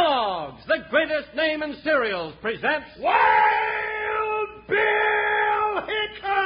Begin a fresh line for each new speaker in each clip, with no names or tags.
Forbes, the greatest name in cereals, presents
Wild Bill Hickok!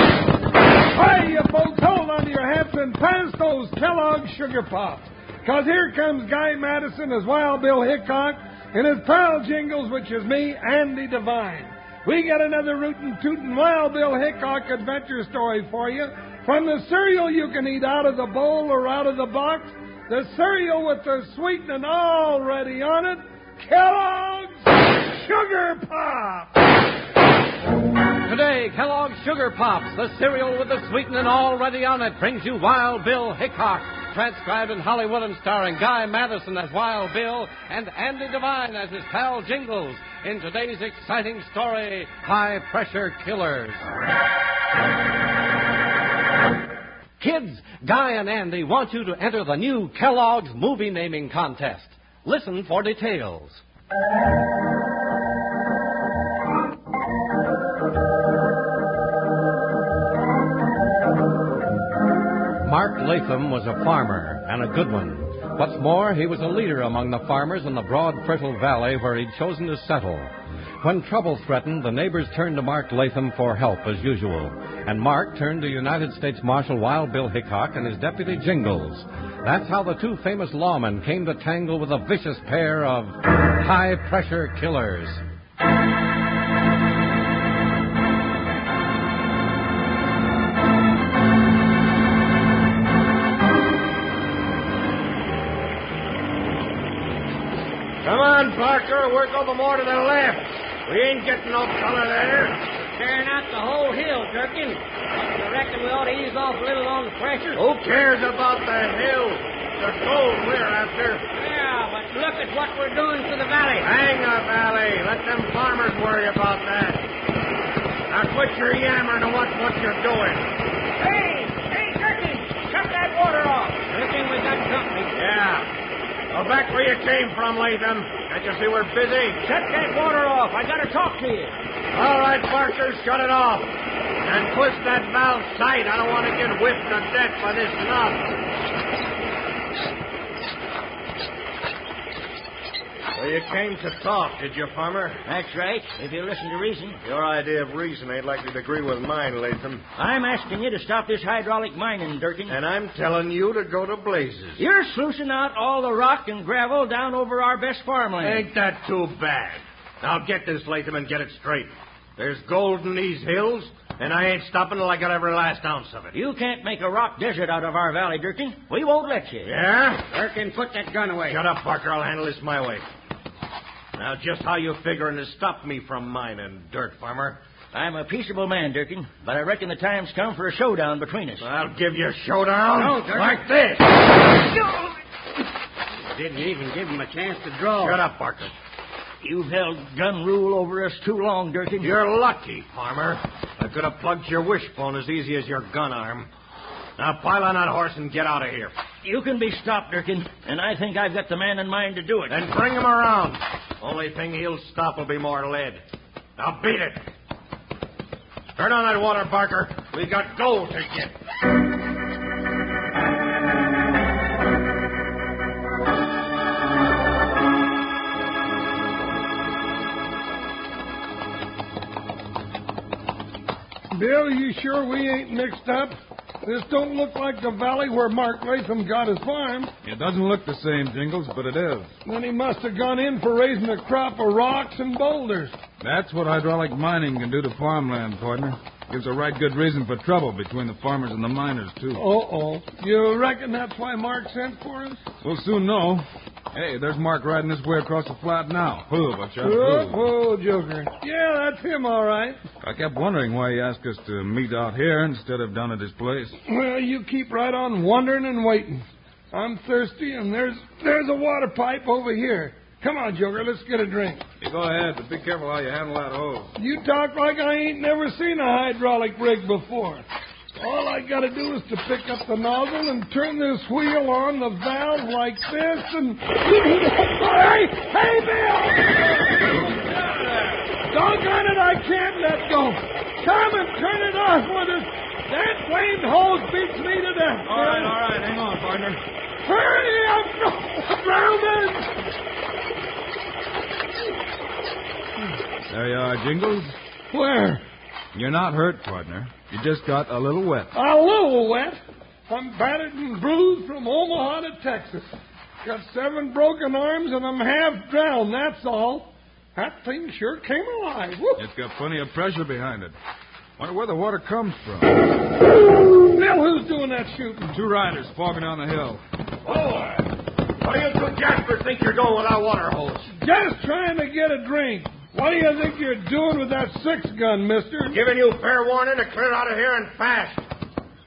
Hey, you folks, hold on to your hats and pass those Kellogg's Sugar Pops. Because here comes Guy Madison as Wild Bill Hickok and his pal Jingles, which is me, Andy Devine. We got another rootin' tootin' Wild Bill Hickok adventure story for you. From the cereal you can eat out of the bowl or out of the box, the cereal with the sweetening already on it, Kellogg's Sugar Pop!
today Kellogg's Sugar Pops, the cereal with the sweetening already on it, brings you Wild Bill Hickok, transcribed in Hollywood and starring Guy Madison as Wild Bill and Andy Devine as his pal Jingles in today's exciting story, High Pressure Killers. Kids, Guy and Andy want you to enter the new Kellogg's Movie Naming Contest. Listen for details. Mark Latham was a farmer, and a good one. What's more, he was a leader among the farmers in the broad, fertile valley where he'd chosen to settle. When trouble threatened, the neighbors turned to Mark Latham for help, as usual. And Mark turned to United States Marshal Wild Bill Hickok and his deputy Jingles. That's how the two famous lawmen came to tangle with a vicious pair of high pressure killers.
Come on, Parker, work over more to the left. We ain't getting no color there.
Tearing out the whole hill, Durkin. You reckon we ought to ease off a little on the pressure?
Oh.
Who cares about the hill? The gold we're after.
Yeah, but look at what we're doing to the valley.
Hang up, Valley. Let them farmers worry about that. Now quit your yammering and watch what you're doing.
Hey, hey, Durkin, shut that water off. Durkin, we got company.
Yeah. Go back where you came from, Latham. Can't you see we're busy?
Shut that water off. I gotta talk to you.
All right, Parker, shut it off. And twist that valve tight. I don't want to get whipped to death by this knob. Well, you came to talk, did you, farmer?
That's right, if you listen to reason.
Your idea of reason ain't likely to agree with mine, Latham.
I'm asking you to stop this hydraulic mining, Durkin.
And I'm telling you to go to blazes.
You're sluicing out all the rock and gravel down over our best farmland.
Ain't that too bad? Now get this, Latham, and get it straight. There's gold in these hills, and I ain't stopping till I got every last ounce of it.
You can't make a rock desert out of our valley, Durkin. We won't let you.
Yeah?
Durkin, put that gun away.
Shut up, Parker. I'll handle this my way. Now, just how you figuring to stop me from mining, dirt farmer?
I'm a peaceable man, Durkin, but I reckon the time's come for a showdown between us.
I'll give you a showdown
No, Dirk.
like this.
Didn't even give him a chance to draw.
Shut up, Parker.
You've held gun rule over us too long, Durkin.
You're lucky, farmer. I could have plugged your wishbone as easy as your gun arm. Now pile on that horse and get out of here.
You can be stopped, Durkin, and I think I've got the man in mind to do it.
Then bring him around. Only thing he'll stop will be more lead. Now beat it. Turn on that water, Parker. We've got gold to get.
Bill, you sure we ain't mixed up? This don't look like the valley where Mark Latham got his farm.
It doesn't look the same, Jingles, but it is.
Then he must have gone in for raising a crop of rocks and boulders.
That's what hydraulic mining can do to farmland, partner. Gives a right good reason for trouble between the farmers and the miners, too.
Oh. Uh-oh. You reckon that's why Mark sent for us?
We'll soon know. Hey, there's Mark riding this way across the flat now. Whoa, but you
Whoa,
whoa.
whoa, Joker. Yeah, that's him, all right.
I kept wondering why he asked us to meet out here instead of down at his place.
Well, you keep right on wondering and waiting. I'm thirsty, and there's there's a water pipe over here. Come on, Joker, let's get a drink.
You go ahead, but be careful how you handle that hose.
You talk like I ain't never seen a hydraulic rig before. All I gotta do is to pick up the nozzle and turn this wheel on the valve like this and. hey, hey, Bill! Doggone it, I can't let go. Come and turn it off, Withers. That blamed hose beats me to death.
All right, all right. Hang on, partner.
Hurry up! I'm drowning!
There you are, Jingles.
Where?
You're not hurt, partner. You just got a little wet.
A little wet. I'm battered and bruised from Omaha to Texas. Got seven broken arms and I'm half drowned, that's all. That thing sure came alive. Whoop.
It's got plenty of pressure behind it. Wonder where the water comes from.
Bill, who's doing that shooting?
Two riders fogging down the hill.
Boy, what do you two Jasper think you're doing with our water hose?
Just trying to get a drink. What do you think you're doing with that six gun, mister?
Giving you fair warning to clear out of here and fast.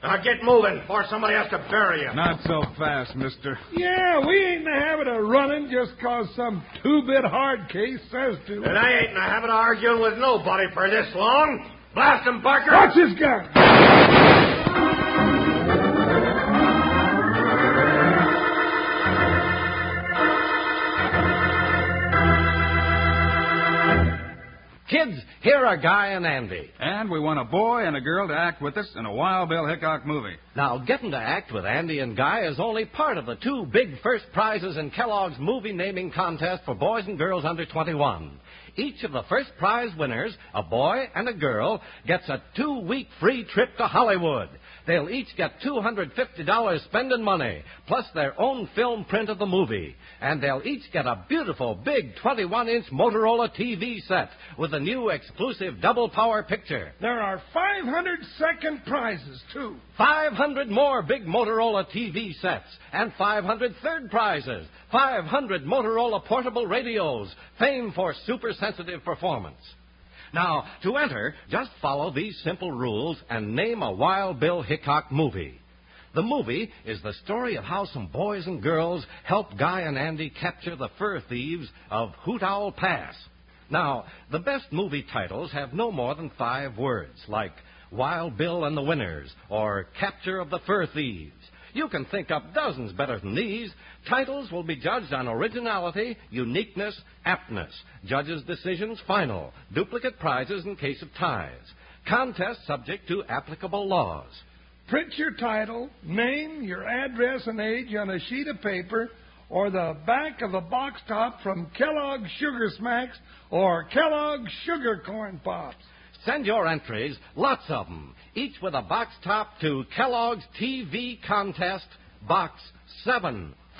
Now get moving before somebody has to bury you.
Not so fast, mister.
Yeah, we ain't in the habit of running just 'cause some two bit hard case says to.
And I ain't in the habit of arguing with nobody for this long. Blast him, Barker!
Watch his gun!
Kids, here are Guy and Andy.
And we want a boy and a girl to act with us in a Wild Bill Hickok movie.
Now, getting to act with Andy and Guy is only part of the two big first prizes in Kellogg's movie naming contest for boys and girls under 21. Each of the first prize winners, a boy and a girl, gets a two week free trip to Hollywood. They'll each get $250 spending money, plus their own film print of the movie. And they'll each get a beautiful big 21 inch Motorola TV set with a new exclusive double power picture.
There are 500 second prizes, too.
500 more big Motorola TV sets and 500 third prizes, 500 Motorola portable radios, famed for super sensitive performance. Now, to enter, just follow these simple rules and name a Wild Bill Hickok movie. The movie is the story of how some boys and girls help Guy and Andy capture the fur thieves of Hoot Owl Pass. Now, the best movie titles have no more than five words, like Wild Bill and the Winners or Capture of the Fur Thieves. You can think up dozens better than these. Titles will be judged on originality, uniqueness, aptness. Judges' decisions final. Duplicate prizes in case of ties. Contest subject to applicable laws.
Print your title, name, your address, and age on a sheet of paper or the back of a box top from Kellogg's Sugar Smacks or Kellogg's Sugar Corn Pops.
Send your entries, lots of them, each with a box top to Kellogg's TV Contest, Box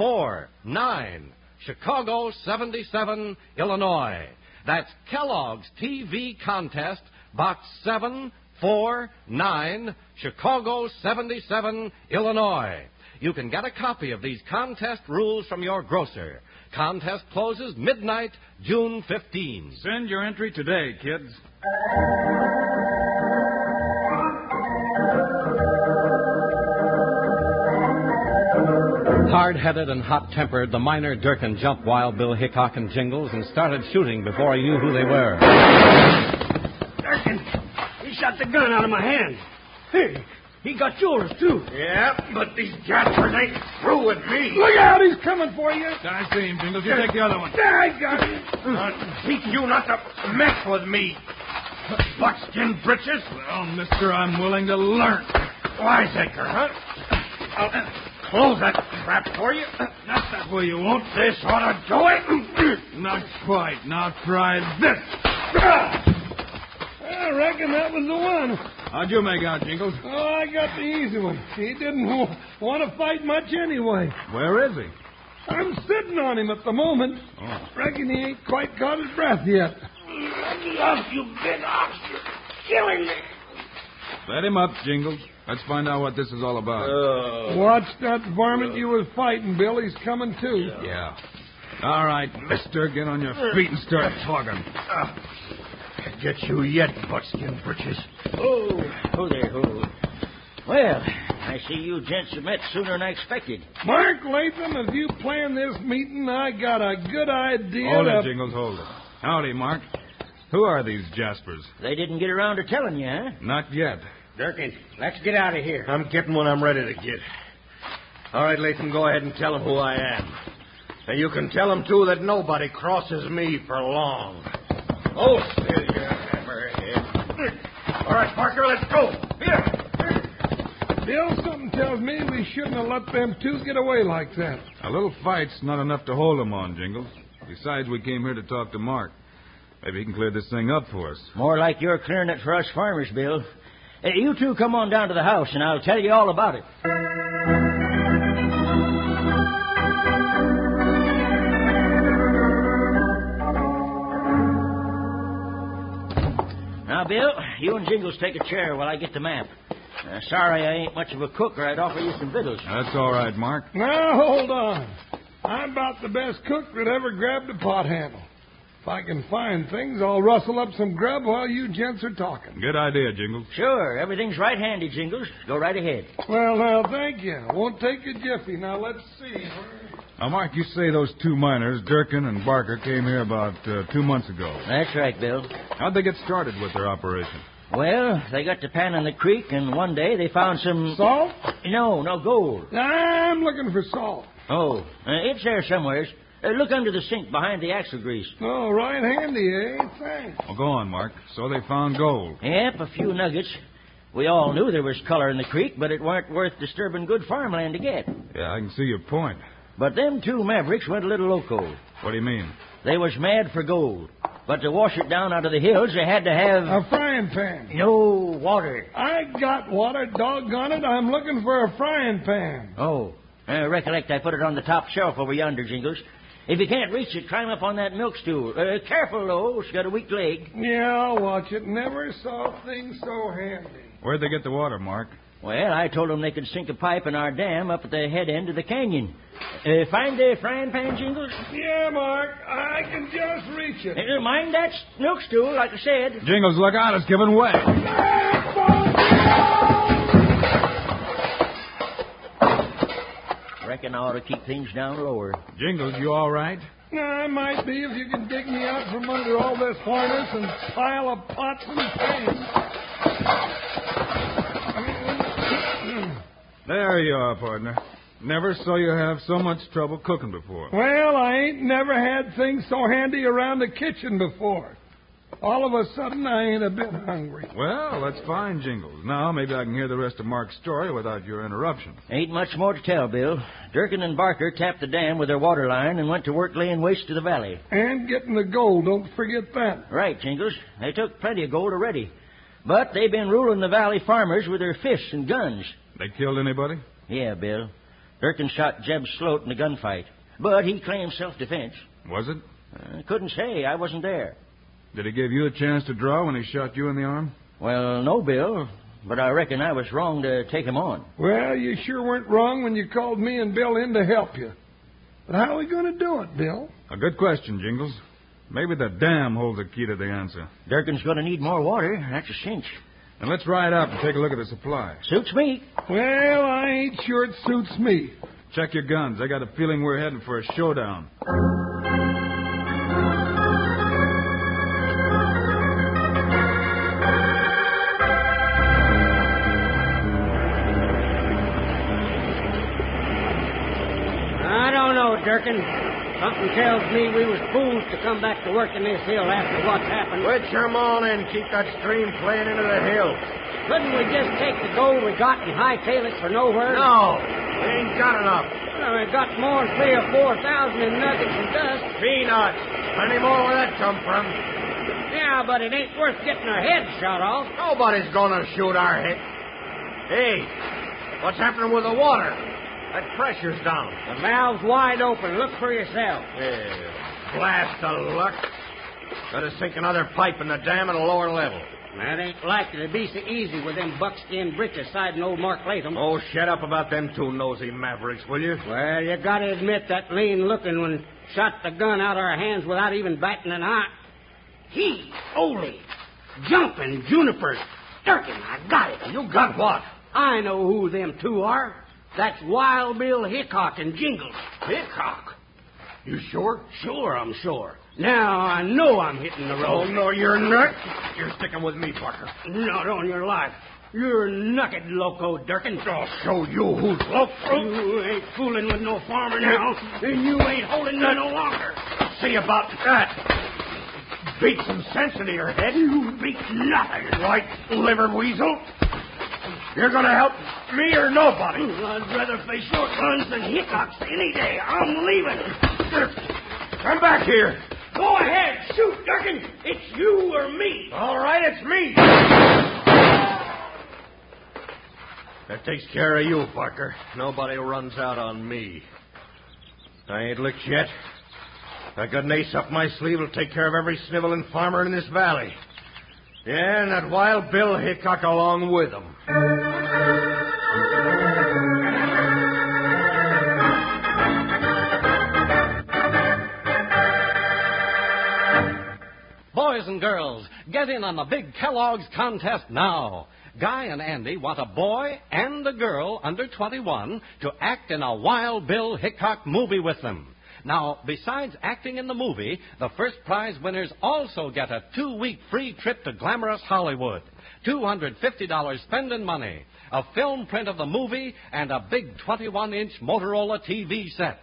749, Chicago 77, Illinois. That's Kellogg's TV Contest, Box 749, Chicago 77, Illinois. You can get a copy of these contest rules from your grocer. Contest closes midnight, June 15.
Send your entry today, kids.
Hard headed and hot tempered, the miner Durkin jumped Wild Bill Hickok and Jingles and started shooting before he knew who they were.
Durkin, he shot the gun out of my hand. Hey, he got yours, too.
Yep, but these Jaspers ain't through with me.
Look out, he's coming for you.
I see him, Jingles. You take the other one.
Yeah, I got him.
I'll teach Uh, you not to mess with me. Buckskin britches?
Well, mister, I'm willing to learn.
Wiseacre, huh? I'll close that trap for you. Not that way you won't. This ought to do it.
Not quite. Now try this.
I reckon that was the one.
How'd you make out, Jingles?
Oh, I got the easy one. He didn't w- want to fight much anyway.
Where is he?
I'm sitting on him at the moment.
Oh.
Reckon he ain't quite got his breath yet.
Let me off, you big ox. You're killing me.
Let him up, Jingles. Let's find out what this is all about. Uh,
Watch that varmint you was fighting, Bill. He's coming too.
yeah. All right, mister, get on your feet and start talking.
Get you yet, buckskin britches.
Oh, holy ho. Well, I see you gents have met sooner than I expected.
Mark Latham, if you plan this meeting, I got a good idea.
Hold
to-
it, Jingles, hold it. Howdy, Mark. Who are these Jaspers?
They didn't get around to telling you, huh?
Not yet.
Durkin, let's get out of here.
I'm getting what I'm ready to get. All right, Latham, go ahead and tell him who I am. And you can tell him, too, that nobody crosses me for long. Oh, still you hammerhead. All right, Parker, let's go. Here.
Bill, something tells me we shouldn't have let them two get away like that.
A little fight's not enough to hold them on, Jingles. Besides, we came here to talk to Mark. Maybe he can clear this thing up for us.
More like you're clearing it for us farmers, Bill. Uh, You two come on down to the house, and I'll tell you all about it. Now, Bill, you and Jingles take a chair while I get the map. Uh, sorry I ain't much of a cook, or I'd offer you some victuals.
That's all right, Mark.
Now, hold on. I'm about the best cook that ever grabbed a pot handle. If I can find things, I'll rustle up some grub while you gents are talking.
Good idea, Jingles.
Sure, everything's right handy, Jingles. Go right ahead.
Well, now, thank you. Won't take a jiffy. Now, let's see.
Now, Mark, you say those two miners, Durkin and Barker, came here about uh, two months ago.
That's right, Bill.
How'd they get started with their operation?
Well, they got to panning the creek, and one day they found some.
Salt?
No, no gold.
I'm looking for salt.
Oh, uh, it's there somewheres. Uh, look under the sink behind the axle grease.
Oh, right handy, eh? Thanks.
Well, go on, Mark. So they found gold.
Yep, a few nuggets. We all knew there was color in the creek, but it weren't worth disturbing good farmland to get.
Yeah, I can see your point.
But them two mavericks went a little loco.
What do you mean?
They was mad for gold. But to wash it down out of the hills, they had to have
A frying pan.
no water.
I got water, doggone it. I'm looking for a frying pan.
Oh, uh, recollect I put it on the top shelf over yonder, Jingles. If you can't reach it, climb up on that milk stool. Uh, careful, though. It's got a weak leg.
Yeah, I'll watch it. Never saw things so handy.
Where'd they get the water, Mark?
Well, I told them they could sink a pipe in our dam up at the head end of the canyon. Uh, find the frying pan, Jingles.
Yeah, Mark, I can just reach it.
Uh, mind that s- milk stool, like I said.
Jingles, look out, it's giving way.
Reckon I ought to keep things down lower.
Jingles, you all right?
Nah, I might be if you can dig me out from under all this harness and pile of pots and pans.
There you are, partner. Never saw you have so much trouble cooking before.
Well, I ain't never had things so handy around the kitchen before. All of a sudden, I ain't a bit hungry.
Well, that's fine, Jingles. Now maybe I can hear the rest of Mark's story without your interruption.
Ain't much more to tell, Bill. Durkin and Barker tapped the dam with their water line and went to work laying waste to the valley.
And getting the gold, don't forget that.
Right, Jingles. They took plenty of gold already. But they've been ruling the valley farmers with their fists and guns.
They killed anybody?
Yeah, Bill. Durkin shot Jeb Sloat in a gunfight. But he claimed self-defense.
Was it?
Uh, couldn't say. I wasn't there.
Did he give you a chance to draw when he shot you in the arm?
Well, no, Bill. But I reckon I was wrong to take him on.
Well, you sure weren't wrong when you called me and Bill in to help you. But how are we going to do it, Bill?
A good question, Jingles. Maybe the dam holds the key to the answer.
Durkin's going to need more water. That's a cinch.
And let's ride up and take a look at the supply.
Suits me.
Well, I ain't sure it suits me.
Check your guns. I got a feeling we're heading for a showdown.
I don't know, Durkin. Something tells me we was fools to come back to work in this hill after what's happened.
Well, come on in. Keep that stream playing into the hills.
Couldn't we just take the gold we got and hightail it for nowhere?
No, we ain't got enough.
Well, we got more than three or four thousand in nuggets and dust.
Peanuts. Any more where that come from?
Yeah, but it ain't worth getting our heads shot off.
Nobody's gonna shoot our head. Hey, what's happening with the water? That pressure's down.
The valve's wide open. Look for yourself.
Yeah, blast of luck. Gotta sink another pipe in the dam at a lower level.
That ain't likely to be so easy with them buckskin breeches siding old Mark Latham.
Oh, shut up about them two nosy mavericks, will you?
Well, you gotta admit that lean looking one shot the gun out of our hands without even batting an eye. He, Ole, jumping Juniper, Durkin, I got it.
You got what?
I know who them two are. That's Wild Bill Hickok and Jingles.
Hickok. You sure?
Sure, I'm sure. Now I know I'm hitting the
Oh,
road.
no, you're not. You're sticking with me, Parker.
Not on your life. You're knuckled, loco, Durkin.
I'll show Oh, you who's loco.
You ain't fooling with no farmer now, and you ain't holding none no longer.
See about that. beat some sense into your head, you beat nothing, white livered weasel. You're going to help me or nobody. I'd rather face your guns than hiccups any day. I'm leaving. Come back here. Go ahead, shoot, Durkin. It's you or me. All right, it's me. That takes care of you, Parker. Nobody runs out on me. I ain't licked yet. I got an ace up my sleeve that'll take care of every sniveling farmer in this valley. Yeah, and that wild Bill Hickok along with him.
Boys and girls, get in on the big Kellogg's contest now. Guy and Andy want a boy and a girl under 21 to act in a Wild Bill Hickok movie with them. Now, besides acting in the movie, the first prize winners also get a two week free trip to glamorous Hollywood, $250 spending money, a film print of the movie, and a big 21 inch Motorola TV set.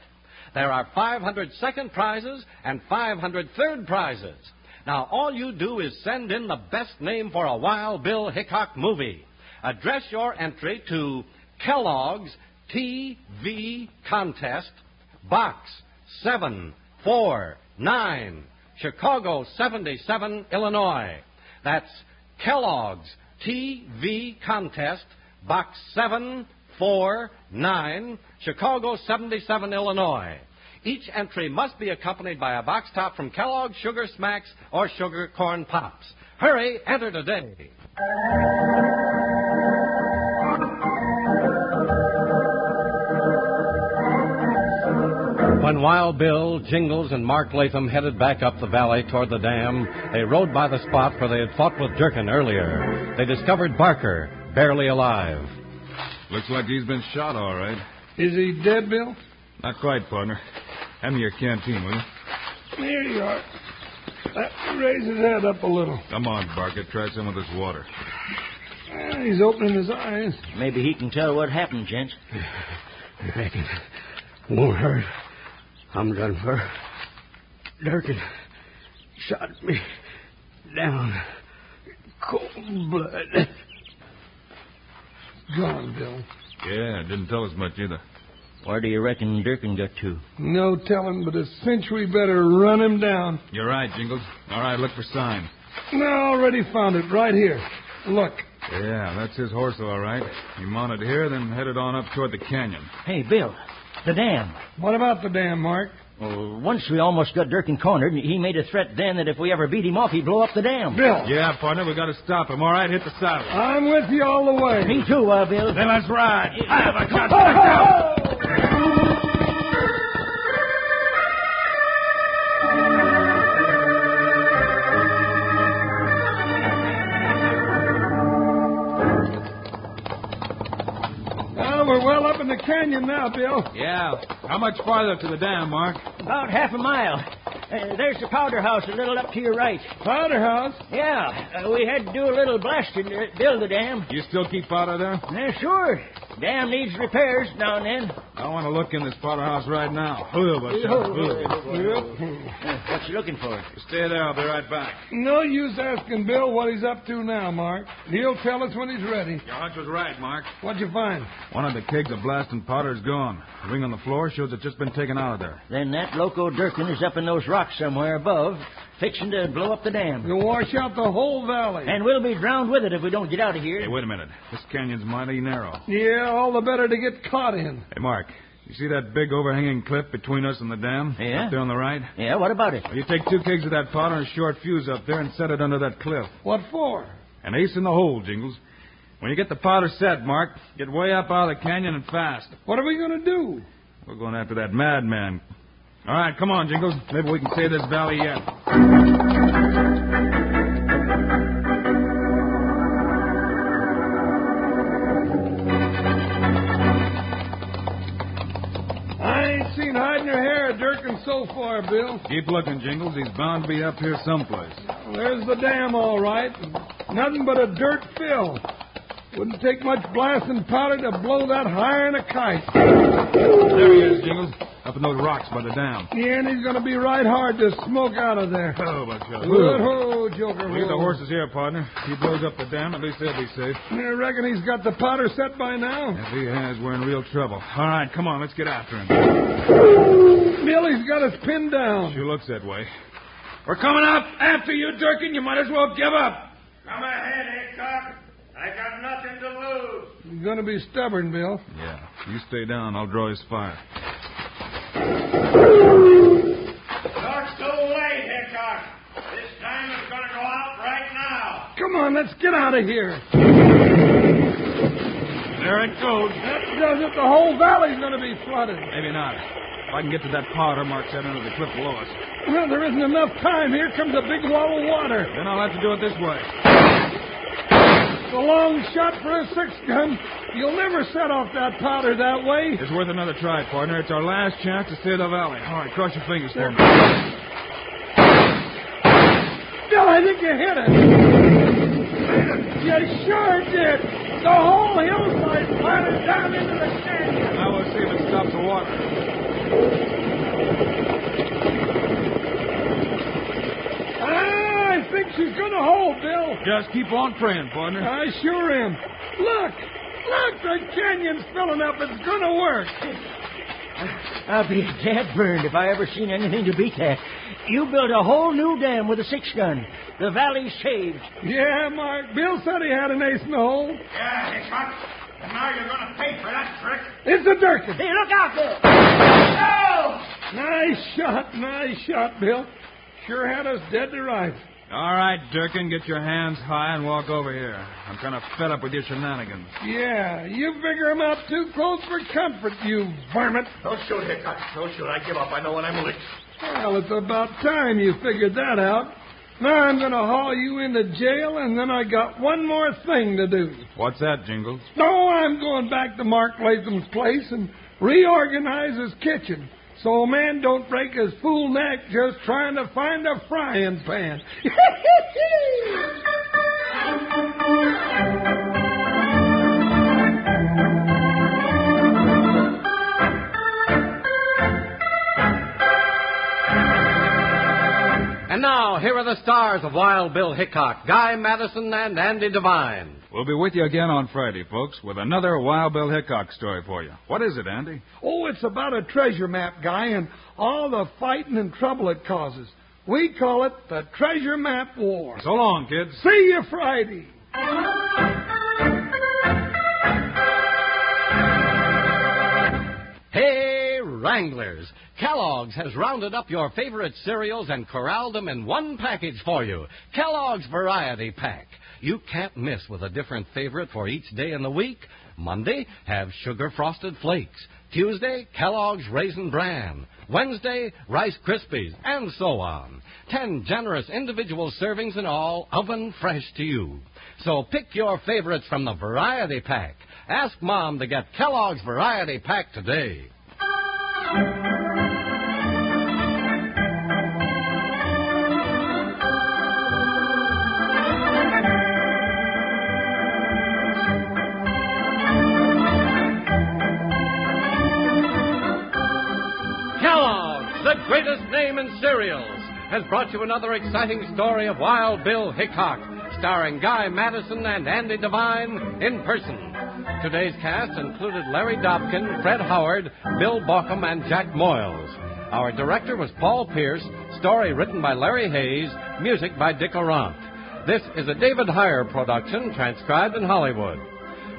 There are 500 second prizes and 500 third prizes. Now, all you do is send in the best name for a Wild Bill Hickok movie. Address your entry to Kellogg's TV Contest, Box 749, Chicago 77, Illinois. That's Kellogg's TV Contest, Box 749, Chicago 77, Illinois. Each entry must be accompanied by a box top from Kellogg's Sugar Smacks or Sugar Corn Pops. Hurry, enter today. When Wild Bill, Jingles, and Mark Latham headed back up the valley toward the dam, they rode by the spot where they had fought with Durkin earlier. They discovered Barker, barely alive.
Looks like he's been shot, all right.
Is he dead, Bill?
Not quite, partner. Hand me your canteen, will you?
Here you are. That raise his head up a little.
Come on, Barker. Try some of this water.
Ah, he's opening his eyes.
Maybe he can tell what happened, gents.
Reckon won't hurt. I'm done for. Durkin shot me down. Cold blood.
Gone, Bill.
Yeah, didn't tell us much either.
Where do you reckon Durkin got to?
No telling, but a cinch we better run him down.
You're right, Jingles. All right, look for sign.
No, I already found it right here. Look.
Yeah, that's his horse, all right. He mounted here, then headed on up toward the canyon.
Hey, Bill, the dam.
What about the dam, Mark?
Well, once we almost got Durkin cornered, and he made a threat then that if we ever beat him off, he'd blow up the dam.
Bill.
Yeah, partner, we got to stop him. All right, hit the saddle.
I'm with you all the way.
Me too, uh, Bill.
Then let's ride. I have a gun.
Well, we're well up in the canyon now, Bill.
Yeah. How much farther to the dam, Mark?
About half a mile. Uh, there's the powder house a little up to your right.
Powder house.
Yeah, uh, we had to do a little blasting to build the dam.
You still keep out of there?
Yeah, sure. Dam needs repairs now and then.
I want to look in this powder house right now. Ugh, what's up? Ugh.
Uh, what you looking for?
Stay there. I'll be right back.
No use asking Bill what he's up to now, Mark. He'll tell us when he's ready.
Your hunch was right, Mark.
What'd you find?
One of the kegs of blasting powder's gone. The ring on the floor shows it's just been taken out of there.
Then that loco Durkin is up in those rocks somewhere above, fixing to blow up the dam.
You'll wash out the whole valley.
And we'll be drowned with it if we don't get out of here.
Hey, wait a minute. This canyon's mighty narrow.
Yeah, all the better to get caught in.
Hey, Mark, you see that big overhanging cliff between us and the dam?
Yeah?
Up there on the right?
Yeah, what about it?
Well, you take two kegs of that powder and a short fuse up there and set it under that cliff.
What for?
An ace in the hole, Jingles. When you get the powder set, Mark, get way up out of the canyon and fast.
What are we going to do?
We're going after that madman. All right, come on, Jingles. Maybe we can save this valley yet.
I ain't seen hide nor hair of Durkin so far, Bill.
Keep looking, Jingles. He's bound to be up here someplace.
There's the dam, all right. Nothing but a dirt fill. Wouldn't take much blasting powder to blow that higher than a kite.
There he is, Jingles. Up in those rocks by the dam.
Yeah, and he's going to be right hard to smoke out of there.
Oh, my God.
Whoa, Joker.
Leave the
whoa.
horses here, partner. If he blows up the dam, at least they'll be safe.
I reckon he's got the powder set by now.
If he has, we're in real trouble. All right, come on, let's get after him.
Billy's got us pinned down.
Sure looks that way.
We're coming up after you, Durkin. You might as well give up. Come ahead, Hickok. I got nothing to lose.
You're going to be stubborn, Bill.
Yeah. You stay down, I'll draw his fire.
Not so late, Hickok. This time it's going to go out right now.
Come on, let's get out of here.
There it goes.
That does it. The whole valley's going to be flooded.
Maybe not. If I can get to that powder mark set under the cliff below us,
Well, there isn't enough time. Here comes a big wall of water.
then I'll have to do it this way.
It's a long shot for a six gun. You'll never set off that powder that way.
It's worth another try, partner. It's our last chance to stay in the valley. All right, cross your fingers for me.
Bill, I think you hit it. You sure did. The whole hillside planted down into the canyon.
Now we'll see if it stops the water.
Ah, I think she's going to hold, Bill.
Just keep on praying, partner.
I sure am. Look, look, the canyon's filling up. It's going to work.
I'll be dead burned if I ever seen anything to beat that. You built a whole new dam with a six gun. The valley's saved.
Yeah, Mark. Bill said he had an ace in the hole.
Yeah, Hickok. And now you're going to pay for that trick.
It's a Durkin.
Hey, look out there!
Nice shot, nice shot, Bill. Sure had us dead to rights.
All right, Durkin, get your hands high and walk over here. I'm kind of fed up with your shenanigans.
Yeah, you figure him out too close for comfort, you varmint.
Don't shoot, Hickok. Don't shoot. I give up. I know what I'm licked.
Well, it's about time you figured that out. Now I'm going to haul you into jail, and then I got one more thing to do.
What's that, Jingles?
No, I'm going back to Mark Latham's place and reorganize his kitchen so a man don't break his fool neck just trying to find a frying pan.
And now, here are the stars of Wild Bill Hickok, Guy Madison, and Andy Devine.
We'll be with you again on Friday, folks, with another Wild Bill Hickok story for you. What is it, Andy?
Oh, it's about a treasure map, guy, and all the fighting and trouble it causes. We call it the Treasure Map War.
So long, kids.
See you Friday.
Hey, Wranglers! Kellogg's has rounded up your favorite cereals and corralled them in one package for you Kellogg's Variety Pack. You can't miss with a different favorite for each day in the week. Monday, have sugar frosted flakes. Tuesday, Kellogg's Raisin Bran. Wednesday, Rice Krispies, and so on. Ten generous individual servings in all, oven fresh to you. So pick your favorites from the Variety Pack. Ask Mom to get Kellogg's Variety Pack today. Kellogg's, the greatest name in cereals, has brought you another exciting story of Wild Bill Hickok, starring Guy Madison and Andy Devine in person. Today's cast included Larry Dobkin, Fred Howard, Bill Baucom, and Jack Moyles. Our director was Paul Pierce, story written by Larry Hayes, music by Dick Orant. This is a David Heyer production, transcribed in Hollywood.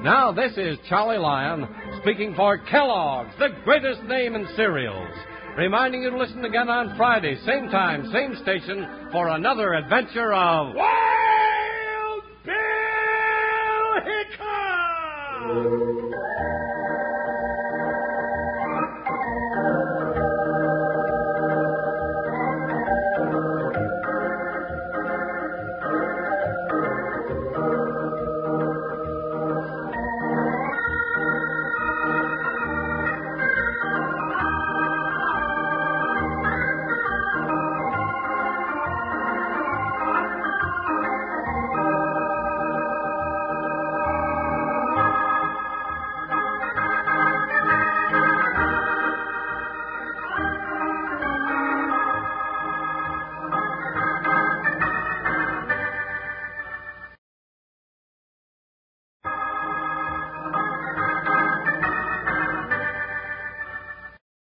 Now, this is Charlie Lyon speaking for Kellogg's, the greatest name in cereals, reminding you to listen again on Friday, same time, same station, for another adventure of.
Wild Bill Hickok!